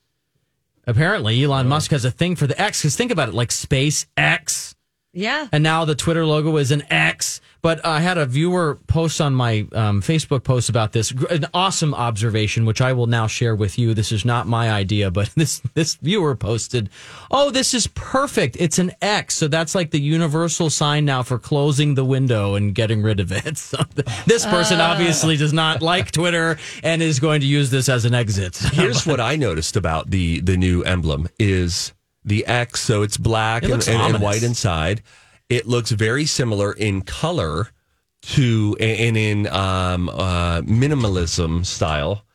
Speaker 11: Apparently, Elon Musk has a thing for the X. Because think about it, like space X,
Speaker 1: Yeah.
Speaker 11: and now the Twitter logo is an X. But I had a viewer post on my um, Facebook post about this, gr- an awesome observation, which I will now share with you. This is not my idea, but (laughs) this this viewer posted, "Oh, this is perfect. It's an X, so that's like the universal sign now for closing the window and getting rid of it." (laughs) So th- this person obviously does not like Twitter and is going to use this as an exit.
Speaker 2: Here's what I noticed about the the new emblem is the X, so it's black
Speaker 11: It
Speaker 2: and,
Speaker 11: looks
Speaker 2: and, and
Speaker 11: ominous.
Speaker 2: white inside. It looks very similar in color to and in um, uh, minimalism style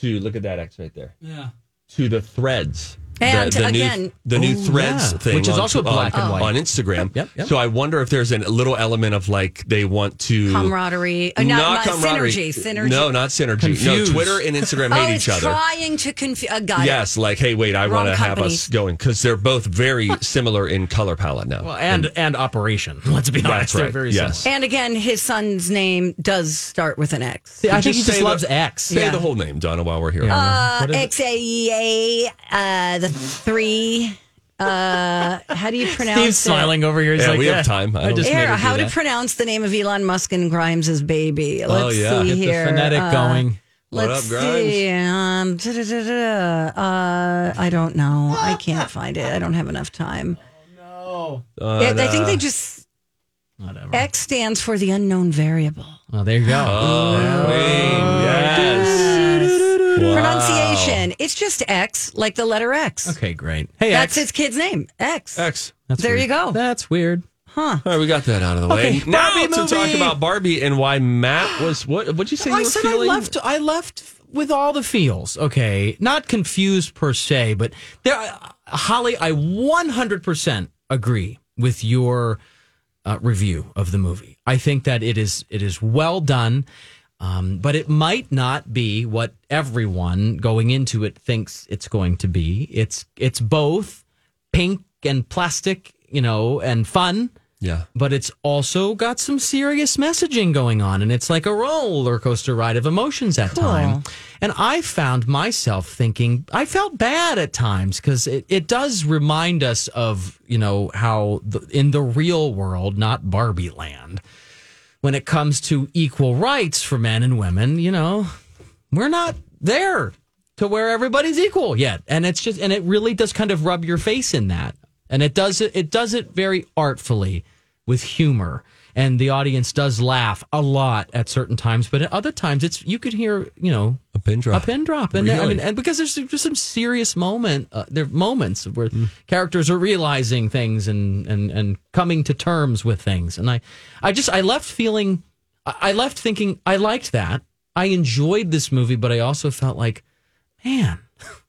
Speaker 2: to look at that X right there. Yeah. To the threads.
Speaker 1: And
Speaker 2: the, the new,
Speaker 1: again- oh,
Speaker 2: the new
Speaker 11: Ooh,
Speaker 2: threads
Speaker 11: yeah.
Speaker 2: thing,
Speaker 11: Which is
Speaker 2: on-
Speaker 11: also black
Speaker 2: on,
Speaker 11: and white.
Speaker 2: on Instagram.
Speaker 11: Yep, yep.
Speaker 2: So I wonder if there's a little element of like they want to
Speaker 1: Camaraderie. Uh, not, not
Speaker 2: camaraderie.
Speaker 1: Synergy. Synergy.
Speaker 2: No, not synergy.
Speaker 11: Confused.
Speaker 2: No, Twitter and Instagram
Speaker 1: oh,
Speaker 2: hate
Speaker 1: it's
Speaker 2: each other.
Speaker 1: trying to confuse. Uh, got it.
Speaker 2: Yes, like, hey, wait, I
Speaker 1: Wrong
Speaker 2: want to have
Speaker 1: companies.
Speaker 2: us going because they're both very similar in color palette now.
Speaker 11: Well, and and operation. (laughs) Let's be
Speaker 2: That's
Speaker 11: honest, they're
Speaker 2: right,
Speaker 11: very
Speaker 2: yes.
Speaker 11: similar.
Speaker 1: And again, his son's name does start with an X.
Speaker 11: I think he
Speaker 2: say
Speaker 11: just loves
Speaker 2: the,
Speaker 11: X.
Speaker 2: Say
Speaker 1: Yeah.
Speaker 2: the whole name, Donna, while we're here.
Speaker 1: Uh,
Speaker 11: What is it?
Speaker 1: X A E A, uh, the three Uh, how do you pronounce
Speaker 11: Steve's
Speaker 1: it?
Speaker 11: smiling over here. He's
Speaker 2: Yeah,
Speaker 11: like,
Speaker 2: we have time. I
Speaker 11: I,
Speaker 2: don't-
Speaker 11: just made
Speaker 1: Air,
Speaker 11: her do
Speaker 1: uh, how to
Speaker 11: that.
Speaker 1: pronounce the name of Elon Musk and Grimes' baby. Let's
Speaker 11: Oh, yeah.
Speaker 1: see
Speaker 11: Get the
Speaker 1: here. uh,
Speaker 11: phonetic uh, going.
Speaker 1: Let's
Speaker 11: What up, Grimes?
Speaker 1: see. Um, da-da-da-da. uh, I don't know. I can't find it. I don't have enough time.
Speaker 11: Uh,
Speaker 1: Yeah, I think they just
Speaker 11: Whatever.
Speaker 1: X stands for the unknown variable.
Speaker 11: Oh, there you go.
Speaker 2: Oh, queen. Yes. Wow.
Speaker 1: Pronunciation. It's just X, like the letter X.
Speaker 11: Okay, great. Hey,
Speaker 1: That's
Speaker 11: X.
Speaker 1: his kid's name. X.
Speaker 2: X.
Speaker 11: That's
Speaker 1: there
Speaker 11: weird.
Speaker 1: you go.
Speaker 11: That's weird.
Speaker 1: Huh.
Speaker 2: All right, we got that out of the way.
Speaker 11: Okay,
Speaker 2: now
Speaker 11: Barbie
Speaker 2: to talk
Speaker 11: movie. Oh,
Speaker 2: about Barbie and why Matt was what? What'd you say?
Speaker 11: I
Speaker 2: you were
Speaker 11: said
Speaker 2: feeling?
Speaker 11: I left. I left with all the feels. Okay, not confused per se, but there, uh, Holly, I 100 percent agree with your uh, review of the movie. I think that it is it is well done, um, but it might not be what everyone going into it thinks it's going to be. It's it's both pink and plastic, you know, and fun
Speaker 2: Yeah.
Speaker 11: but it's also got some serious messaging going on and it's like a roller coaster ride of emotions at time and i found myself thinking i felt bad at times because it, it does remind us of you know how the, in the real world not barbie land when it comes to equal rights for men and women you know we're not there to where everybody's equal yet and it's just and it really does kind of rub your face in that and it does it it does it very artfully with humor and the audience does laugh a lot at certain times but at other times it's you could hear you know
Speaker 2: A pin
Speaker 11: a
Speaker 2: drop.
Speaker 11: pin drop and I
Speaker 2: Really?
Speaker 11: mean, and because there's just some serious moment uh, there are moments where
Speaker 2: Mm.
Speaker 11: characters are realizing things and and and coming to terms with things and i i just i left feeling i I left thinking i liked that i enjoyed this movie but i also felt like man (laughs)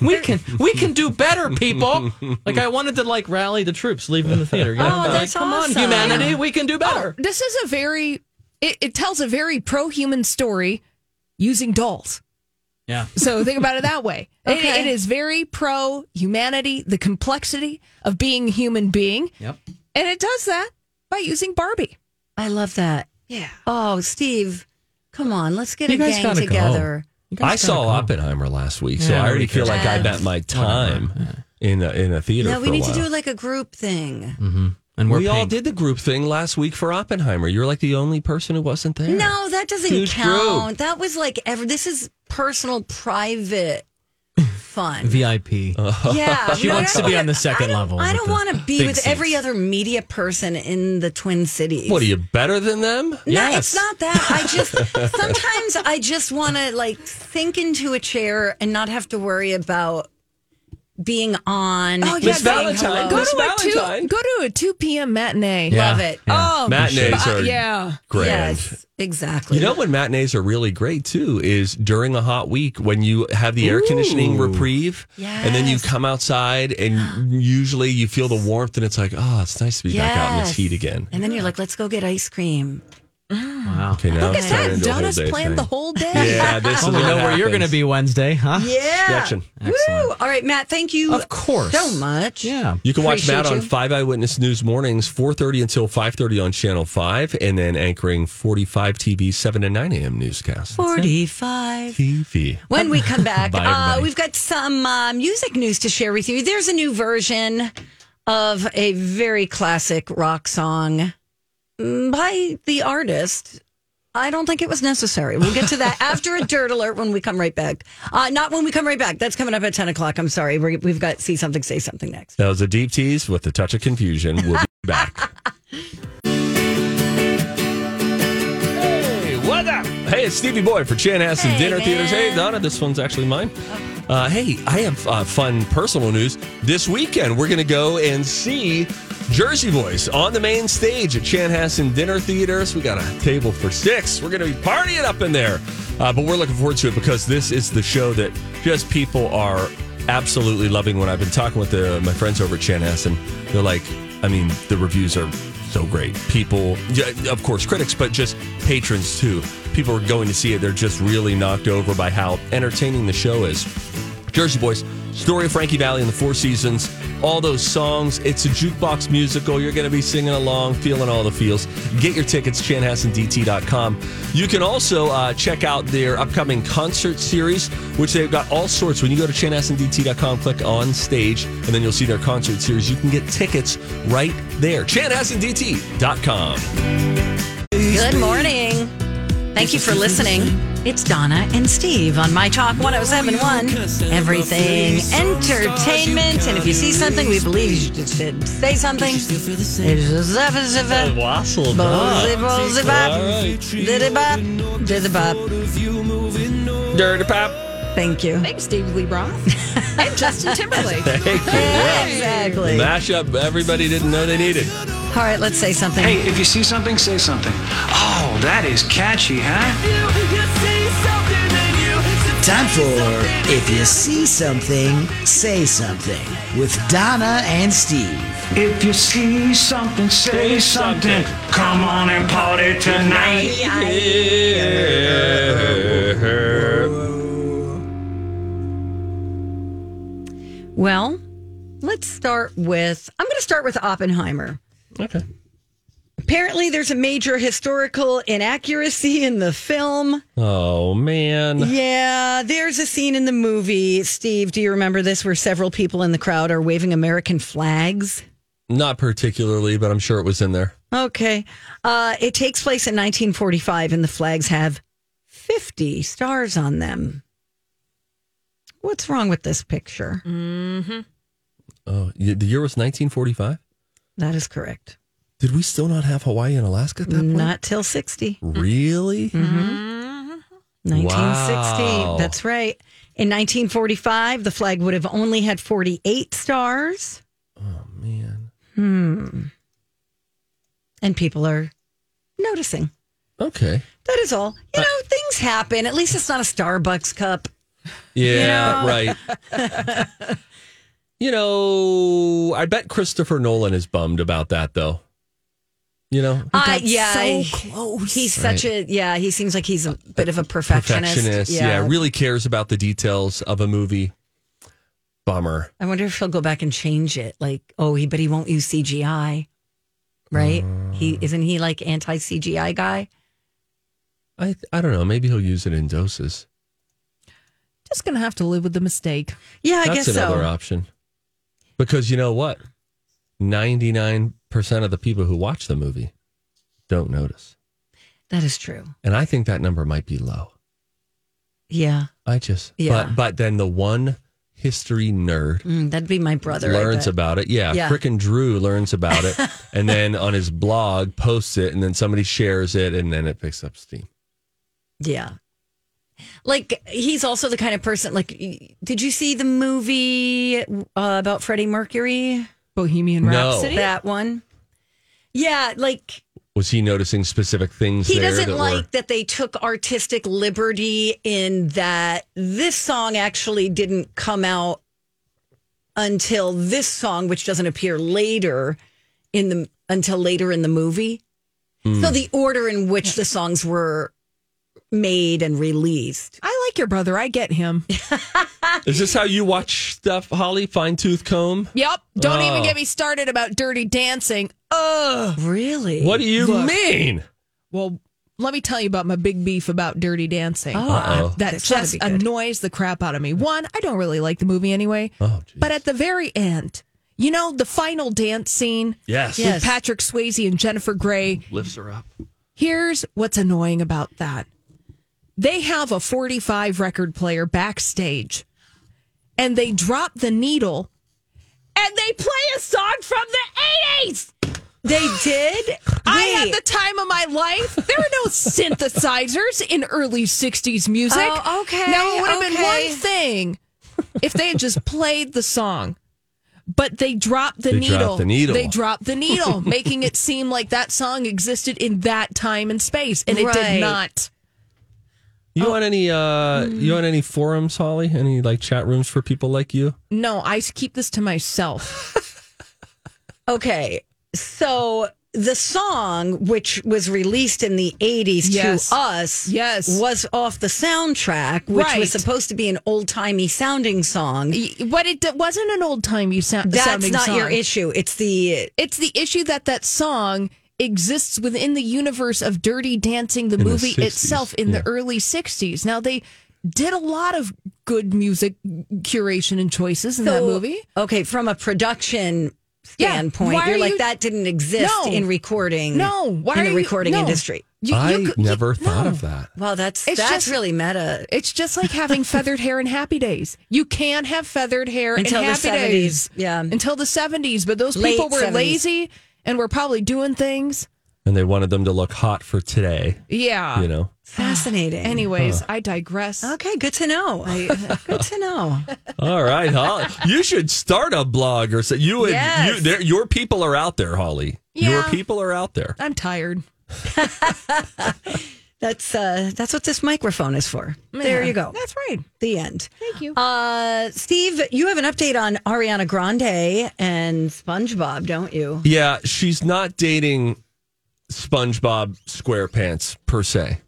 Speaker 11: we can we can do better people like i wanted to like rally the troops leaving the theater you know?
Speaker 1: Oh,
Speaker 11: Like,
Speaker 1: that's
Speaker 11: come
Speaker 1: awesome.
Speaker 11: on humanity we can do better
Speaker 3: This is a very, it, it tells a very pro human story using dolls.
Speaker 11: yeah
Speaker 3: So think about it that
Speaker 1: (laughs)
Speaker 3: way. It-
Speaker 1: Okay.
Speaker 3: it is very pro humanity, the complexity of being a human being.
Speaker 11: yep
Speaker 3: And it does that by using Barbie.
Speaker 1: I love that.
Speaker 3: Yeah.
Speaker 1: Oh, Steve, come on. Let's get
Speaker 11: You
Speaker 1: a
Speaker 11: guys
Speaker 1: gang
Speaker 11: gotta go.
Speaker 1: together.
Speaker 11: You guys
Speaker 2: I saw
Speaker 11: gotta go.
Speaker 2: Oppenheimer last week, so
Speaker 11: Yeah,
Speaker 2: I already
Speaker 11: nobody
Speaker 2: feel
Speaker 11: cares.
Speaker 2: like I bet my time in a, in a theater.
Speaker 1: No, we
Speaker 2: for a
Speaker 1: need to
Speaker 2: while.
Speaker 1: do like a group thing.
Speaker 11: and we're
Speaker 2: we all
Speaker 11: pink.
Speaker 2: did the group thing last week for Oppenheimer. You're like the only person who wasn't there.
Speaker 1: No, that doesn't
Speaker 2: Huge
Speaker 1: count.
Speaker 2: group.
Speaker 1: That was like ever. This is personal, private fun.
Speaker 11: vip
Speaker 2: Uh,
Speaker 1: Yeah,
Speaker 11: She wants to be on the second
Speaker 1: I don't-
Speaker 11: level
Speaker 1: I
Speaker 11: with
Speaker 1: don't
Speaker 11: the
Speaker 1: want to be
Speaker 11: big
Speaker 1: with every
Speaker 11: seats.
Speaker 1: other media person in the Twin Cities.
Speaker 2: What are you better than them?
Speaker 1: No, it's not that. I just sometimes I just want to like sink into a chair and not have to worry about being on.
Speaker 3: Oh,
Speaker 1: and
Speaker 3: yeah, Miss
Speaker 1: saying
Speaker 2: Valentine,
Speaker 1: hello.
Speaker 3: Go
Speaker 2: Miss
Speaker 3: to, a two,
Speaker 2: Valentine.
Speaker 3: go to a 2 p.m. matinee.
Speaker 11: Yeah.
Speaker 1: Love it.
Speaker 11: Yeah.
Speaker 3: Oh,
Speaker 2: Matinees
Speaker 3: uh,
Speaker 2: are
Speaker 3: yeah.
Speaker 2: grand.
Speaker 1: Yes, exactly.
Speaker 2: You know when matinees are really great too is during a hot week when you have the air conditioning reprieve and then you
Speaker 1: Yes.
Speaker 2: come outside and usually you feel the warmth and it's like, oh, it's nice to be back out in this
Speaker 1: Yes.
Speaker 2: heat again.
Speaker 1: And then you're like, let's go get ice cream.
Speaker 11: wow
Speaker 2: Okay, now
Speaker 3: Look
Speaker 2: it's
Speaker 3: at
Speaker 2: turning
Speaker 3: that.
Speaker 2: into a whole
Speaker 3: Donna's
Speaker 2: day
Speaker 3: planned
Speaker 2: thing.
Speaker 3: the whole day.
Speaker 2: Yeah, this
Speaker 11: Oh,
Speaker 2: is
Speaker 11: we
Speaker 2: what
Speaker 11: know where you're going to
Speaker 2: happens.
Speaker 11: be Wednesday, huh?
Speaker 1: Yeah.
Speaker 2: Stretching.
Speaker 1: Woo! All right, Matt. Thank you.
Speaker 11: Of course.
Speaker 1: So much.
Speaker 11: Yeah.
Speaker 2: You can watch
Speaker 1: Appreciate
Speaker 2: Matt on
Speaker 1: you.
Speaker 2: Five Eyewitness News mornings, four thirty until five thirty on Channel Five, and then anchoring forty five TV seven and nine a.m. newscast.
Speaker 11: (laughs)
Speaker 1: Forty-five.
Speaker 2: TV.
Speaker 1: When we come back,
Speaker 2: Bye,
Speaker 1: uh,
Speaker 2: everybody.
Speaker 1: we've got some uh, music news to share with you. There's a new version of a very classic rock song mm, by the artist. I don't think it was necessary. We'll get to
Speaker 11: (laughs)
Speaker 1: that after a dirt alert when we come right back. Uh, not when we come right back. That's coming up at 10 o'clock. I'm sorry. We're, we've got See Something, Say Something next.
Speaker 2: That was a deep tease with a touch of confusion. We'll be (laughs) back. Hey, what up? Hey, it's Stevie Boy for Chan Ass and Dinner Theaters. Hey, Donna, this one's actually mine. Uh, hey, I have uh, fun personal news. This weekend, we're going to go and see Jersey Boys on the main stage at Chanhassen Dinner Theaters. We got a table for six. We're going to be partying up in there. Uh, but we're looking forward to it because this is the show that just people are absolutely loving. When I've been talking with the, my friends over at Chanhassen, they're like, I mean, the reviews are so great. People, yeah, of course, critics, but just patrons too. People are going to see it. They're just really knocked over by how entertaining the show is. Jersey Boys, story of Frankie Valley and the Four Seasons, all those songs. It's a jukebox musical. You're going to be singing along, feeling all the feels. Get your tickets, chanhassendt.com. You can also uh, check out their upcoming concert series, which they've got all sorts. When you go to chanhassendt.com, click on stage, and then you'll see their concert series. You can get tickets right there, chanhassendt.com.
Speaker 1: Good morning. Thank you for listening. It's Donna and Steve on My Talk 1071. Everything entertainment. And if you see something we believe you should say something.
Speaker 2: Wassail,
Speaker 1: Bozzy, bozzy, bop. Diddy bop. Diddy bop.
Speaker 2: Dirty pop.
Speaker 1: Thank you.
Speaker 3: Thanks, David Lee (laughs) Roth and Justin (laughs) Timberlake.
Speaker 1: Exactly.
Speaker 2: Mash up everybody didn't know they needed.
Speaker 1: All right, let's say something.
Speaker 10: Hey, if you see something, say something. Oh, that is catchy, huh?
Speaker 12: Time for If You See Something, Say Something with Donna and Steve.
Speaker 10: If you see something, say something. Come on and party tonight.
Speaker 1: Well, let's start with I'm going to start with Oppenheimer.
Speaker 2: Okay.
Speaker 1: Apparently, there's a major historical inaccuracy in the film.
Speaker 2: Oh man.
Speaker 1: Yeah, there's a scene in the movie, Steve. Do you remember this where several people in the crowd are waving American flags?
Speaker 2: Not particularly, but I'm sure it was in there.
Speaker 1: Okay. Uh, it takes place in 1945, and the flags have 50 stars on them. What's wrong with this picture?
Speaker 2: Mm. Oh, y- the year was 1945.
Speaker 1: That is correct.
Speaker 2: Did we still not have Hawaii and Alaska at that point?
Speaker 1: Not Mm-hmm. till 60.
Speaker 2: really.
Speaker 1: 1960.
Speaker 2: Wow.
Speaker 1: That's right. In 1945, the flag would have only had 48 stars.
Speaker 2: Oh man.
Speaker 1: Hmm. And people are noticing.
Speaker 2: Okay.
Speaker 1: That is all. You know, things happen. At least it's not a Starbucks cup.
Speaker 2: Yeah.
Speaker 1: You know?
Speaker 2: Right.
Speaker 1: (laughs)
Speaker 2: you know, I bet Christopher Nolan is bummed about that though. You know,
Speaker 1: Uh, yeah,
Speaker 3: so
Speaker 1: I- He's such a yeah. He seems like he's a bit of a perfectionist.
Speaker 2: perfectionist. Yeah. really cares about the details of a movie. Bummer.
Speaker 1: I wonder if he'll go back and change it. Like, oh, he but he won't use CGI, right?
Speaker 2: Oh.
Speaker 1: He isn't he like anti CGI guy?
Speaker 2: I I don't know. Maybe he'll use it in doses.
Speaker 3: Just gonna have to live with the mistake.
Speaker 1: Yeah, I
Speaker 2: That's
Speaker 1: guess
Speaker 2: another
Speaker 1: so.
Speaker 2: option. Because you know what? 99% of the people who watch the movie don't notice.
Speaker 1: That is true.
Speaker 2: And I think that number might be low.
Speaker 1: Yeah,
Speaker 2: I just
Speaker 1: Yeah.
Speaker 2: but but then the one history nerd
Speaker 1: Mm, that'd be my brother. I
Speaker 2: learns
Speaker 1: bet.
Speaker 2: about it. Yeah,
Speaker 1: Yeah.
Speaker 2: frickin' Drew learns
Speaker 1: (laughs)
Speaker 2: about it and then on his blog posts it and then somebody shares it and then it picks up steam.
Speaker 1: Yeah. Like he's also the kind of person like y- did you see the movie uh, about Freddie Mercury?
Speaker 3: Bohemian
Speaker 2: No.
Speaker 3: Rhapsody.
Speaker 1: That one? Yeah, like
Speaker 2: Was he noticing specific things
Speaker 1: he
Speaker 2: there
Speaker 1: doesn't
Speaker 2: that
Speaker 1: like
Speaker 2: were
Speaker 1: that they took artistic liberty in that this song actually didn't come out until this song which doesn't appear later in the until later in the movie
Speaker 2: Hmm.
Speaker 1: so the order in which the songs were made and released
Speaker 3: I like your brother. I get (laughs) him.
Speaker 2: (laughs) Is this how you watch stuff, Holly? Fine
Speaker 1: (laughs)
Speaker 2: tooth comb?
Speaker 3: Yep. Don't
Speaker 2: Oh.
Speaker 3: even get me started about dirty dancing. Ugh.
Speaker 1: really
Speaker 2: What do you
Speaker 3: Look.
Speaker 2: mean?
Speaker 3: Well, let me tell you about my big beef about dirty dancing.
Speaker 2: Uh-oh.
Speaker 3: That
Speaker 1: That's gotta
Speaker 3: just
Speaker 1: be good.
Speaker 3: annoys the crap out of me. One, I don't really like the movie anyway.
Speaker 2: Oh, geez.
Speaker 3: But at the very end, you know, the final dance scene
Speaker 2: yes.
Speaker 1: Yeah.
Speaker 3: with Patrick Swayze and Jennifer Grey.
Speaker 2: Lifts her up.
Speaker 3: Here's what's annoying about that they have a 45 record player backstage, and they drop the needle and they play a song from the 80s.
Speaker 1: They did.
Speaker 3: I had
Speaker 1: Wait.
Speaker 3: the time of my life. There were no synthesizers in early 60s music.
Speaker 1: Oh, okay,
Speaker 3: Now, it would have been
Speaker 1: okay.
Speaker 3: one thing if they had just played the song. But they dropped the
Speaker 2: They dropped
Speaker 3: needle.
Speaker 2: the needle.
Speaker 3: They dropped
Speaker 1: (laughs)
Speaker 3: the needle, making it seem like that song existed in that time and space, and it
Speaker 1: Right.
Speaker 3: did not. Oh.
Speaker 2: You on any uh
Speaker 3: Mm.
Speaker 2: you on any forums, Holly? Any like chat rooms for people like you?
Speaker 3: No, I keep this to myself.
Speaker 1: Okay. So the song, which was released in the 80s
Speaker 3: Yes.
Speaker 1: to us,
Speaker 3: Yes.
Speaker 1: was off the soundtrack, which
Speaker 3: Right.
Speaker 1: was supposed to be an old timey sounding song.
Speaker 3: But it d- wasn't an old time you sound.
Speaker 1: That's
Speaker 3: sounding
Speaker 1: not your
Speaker 3: song.
Speaker 1: issue. It's the
Speaker 3: It's the issue that that song exists within the universe of Dirty Dancing, the
Speaker 2: In the
Speaker 3: movie
Speaker 2: 60s,
Speaker 3: itself, in
Speaker 2: yeah.
Speaker 3: the early 60s. Now, they did a lot of good music curation and choices in that
Speaker 1: So,
Speaker 3: movie.
Speaker 1: Okay, from a production
Speaker 3: Yeah.
Speaker 1: standpoint,
Speaker 3: Why
Speaker 1: you're
Speaker 3: are
Speaker 1: like
Speaker 3: you-
Speaker 1: that didn't exist
Speaker 3: No.
Speaker 1: in recording.
Speaker 3: No. Why
Speaker 1: in
Speaker 3: are
Speaker 1: the
Speaker 3: you-
Speaker 1: recording
Speaker 3: no.
Speaker 1: industry.
Speaker 3: You- you
Speaker 2: I
Speaker 3: could- you-
Speaker 2: never thought
Speaker 3: no.
Speaker 2: of that.
Speaker 1: Well, that's
Speaker 3: It's
Speaker 1: that's
Speaker 3: just-
Speaker 1: really
Speaker 3: (sighs)
Speaker 1: meta.
Speaker 3: It's just like (laughs) having feathered hair in Happy Days. You can have feathered hair
Speaker 1: Until
Speaker 3: in
Speaker 1: the
Speaker 3: Happy
Speaker 1: 70s,
Speaker 3: Days.
Speaker 1: yeah.
Speaker 3: Until the 70s. But those
Speaker 1: Late
Speaker 3: people were
Speaker 1: 70s.
Speaker 3: lazy and were probably doing things.
Speaker 2: And they wanted them to look hot for today,
Speaker 3: Yeah.
Speaker 2: you
Speaker 3: (laughs)
Speaker 2: know.
Speaker 1: Fascinating.
Speaker 3: Anyways, I digress.
Speaker 1: Okay, good to know.
Speaker 3: (laughs)
Speaker 1: good to know.
Speaker 2: All right, Holly. You should start a blog or so. You would.
Speaker 1: Yes.
Speaker 2: You, there, your people are out there, Holly. Your
Speaker 3: Yeah.
Speaker 2: people are out there.
Speaker 3: I'm tired.
Speaker 1: That's uh, that's what this microphone is for. There
Speaker 3: Yeah.
Speaker 1: you go.
Speaker 3: That's right.
Speaker 1: The end.
Speaker 3: Thank you.
Speaker 1: Uh, Steve, you have an update on Ariana Grande and SpongeBob, don't you?
Speaker 2: Yeah, she's not dating SpongeBob SquarePants per se.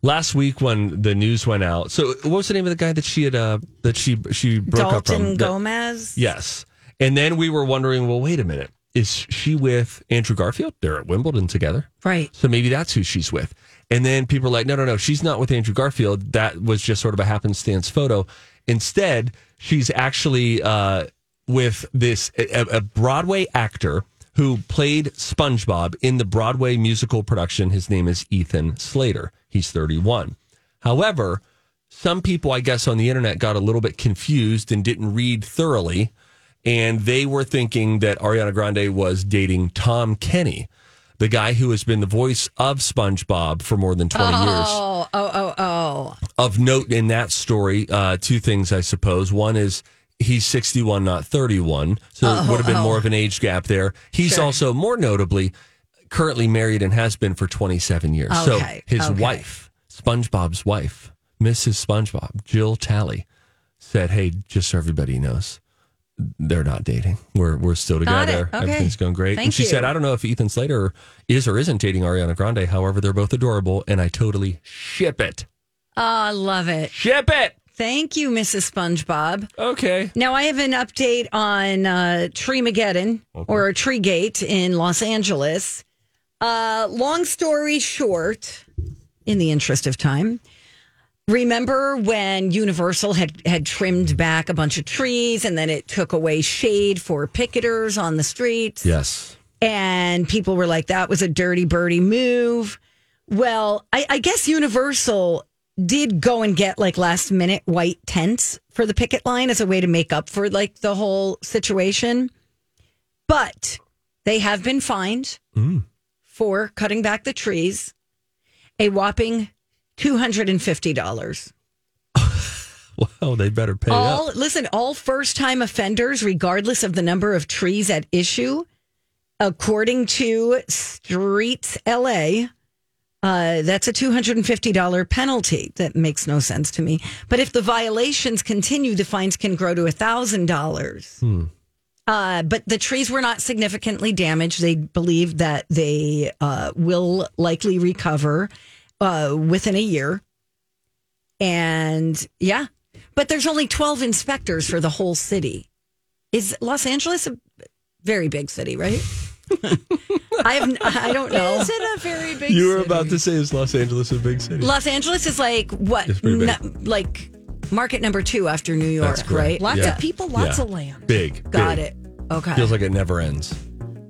Speaker 2: Last week when the news went out, so what was the name of the guy that she had uh, that she she broke up from?
Speaker 1: Dalton
Speaker 2: The-
Speaker 1: Gomez.
Speaker 2: yes, and then we were wondering, well, wait a minute, is she with Andrew Garfield? They're at Wimbledon together,
Speaker 1: Right.
Speaker 2: so maybe that's who she's with. And then people are like, no, no, no, she's not with Andrew Garfield. That was just sort of a happenstance photo. Instead, she's actually uh, with this a, a Broadway actor who played SpongeBob in the Broadway musical production. His name is Ethan Slater. He's 31. However, some people, I guess, on the internet got a little bit confused and didn't read thoroughly. And they were thinking that Ariana Grande was dating Tom Kenny, the guy who has been the voice of SpongeBob for more than 20 years
Speaker 1: Oh, oh, oh, oh.
Speaker 2: of note in that story, uh, two things, I suppose. One is he's 61, not 31. So it would have
Speaker 1: Oh.
Speaker 2: been more of an age gap there. He's also more notably currently married and has been for 27 years.
Speaker 1: Okay,
Speaker 2: So his
Speaker 1: okay.
Speaker 2: wife, SpongeBob's wife, Mrs. SpongeBob, Jill Talley, said, Hey, just so everybody knows. They're not dating. We're we're still
Speaker 1: Got
Speaker 2: together.
Speaker 1: it. Okay.
Speaker 2: Everything's going great.
Speaker 1: Thank
Speaker 2: and she
Speaker 1: you.
Speaker 2: said, "I don't know if Ethan Slater is or isn't dating Ariana Grande. However, they're both adorable, and I totally ship it.
Speaker 1: I Ah, love it.
Speaker 2: Ship it."
Speaker 1: Thank you, Mrs. SpongeBob.
Speaker 2: Okay.
Speaker 1: Now I have an update on uh, Tree Mageddon or Tree Gate in Los Angeles. Uh, long story short, in the interest of time, remember when Universal had had trimmed back a bunch of trees and then it took away shade for picketers on the streets?
Speaker 2: Yes.
Speaker 1: and people were like, that was a dirty birdie move. Well, I, I guess Universal did go and get like last minute white tents for the picket line as a way to make up for like the whole situation. But they have been fined for cutting back the trees a whopping $250.
Speaker 2: Well, they better pay
Speaker 1: all
Speaker 2: up.
Speaker 1: listen all first time offenders regardless of the number of trees at issue according to streets la uh, that's a $250 penalty that makes no sense to me but if the violations continue the fines can grow to $1000 uh, but the trees were not significantly damaged. They believe that they uh, will likely recover uh, within a year. And yeah, but there's only 12 inspectors for the whole city. Is Los Angeles a very big city, right? (laughs) I have, I don't know.
Speaker 3: Is it a very big
Speaker 2: You were
Speaker 3: city?
Speaker 2: about to say is Los Angeles a big city?
Speaker 1: Los Angeles is like what?
Speaker 2: It's pretty big.
Speaker 1: like market number two after New York,
Speaker 2: That's correct.
Speaker 1: right?
Speaker 3: Lots
Speaker 2: Yeah.
Speaker 3: of people, lots
Speaker 2: Yeah.
Speaker 3: of land.
Speaker 2: Big.
Speaker 1: Got
Speaker 2: big.
Speaker 1: it. Okay.
Speaker 2: Feels like it never ends.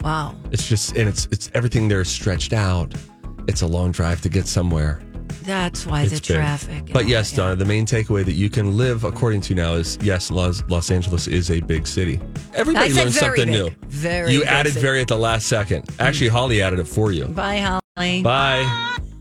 Speaker 1: wow.
Speaker 2: It's just and it's it's everything there is stretched out. It's a long drive to get somewhere.
Speaker 1: That's why
Speaker 2: It's
Speaker 1: the
Speaker 2: big.
Speaker 1: traffic. and
Speaker 2: But
Speaker 1: all
Speaker 2: yes,
Speaker 1: that.
Speaker 2: Donna, the main takeaway that you can live according to now is yes, Los, Los Angeles is a big city.
Speaker 1: I
Speaker 2: Everybody
Speaker 1: said
Speaker 2: learns
Speaker 1: very
Speaker 2: something new.
Speaker 1: big. Very
Speaker 2: you
Speaker 1: big
Speaker 2: added
Speaker 1: city.
Speaker 2: very at the last second. Actually, Holly added it for you.
Speaker 1: Bye, Holly.
Speaker 2: Bye.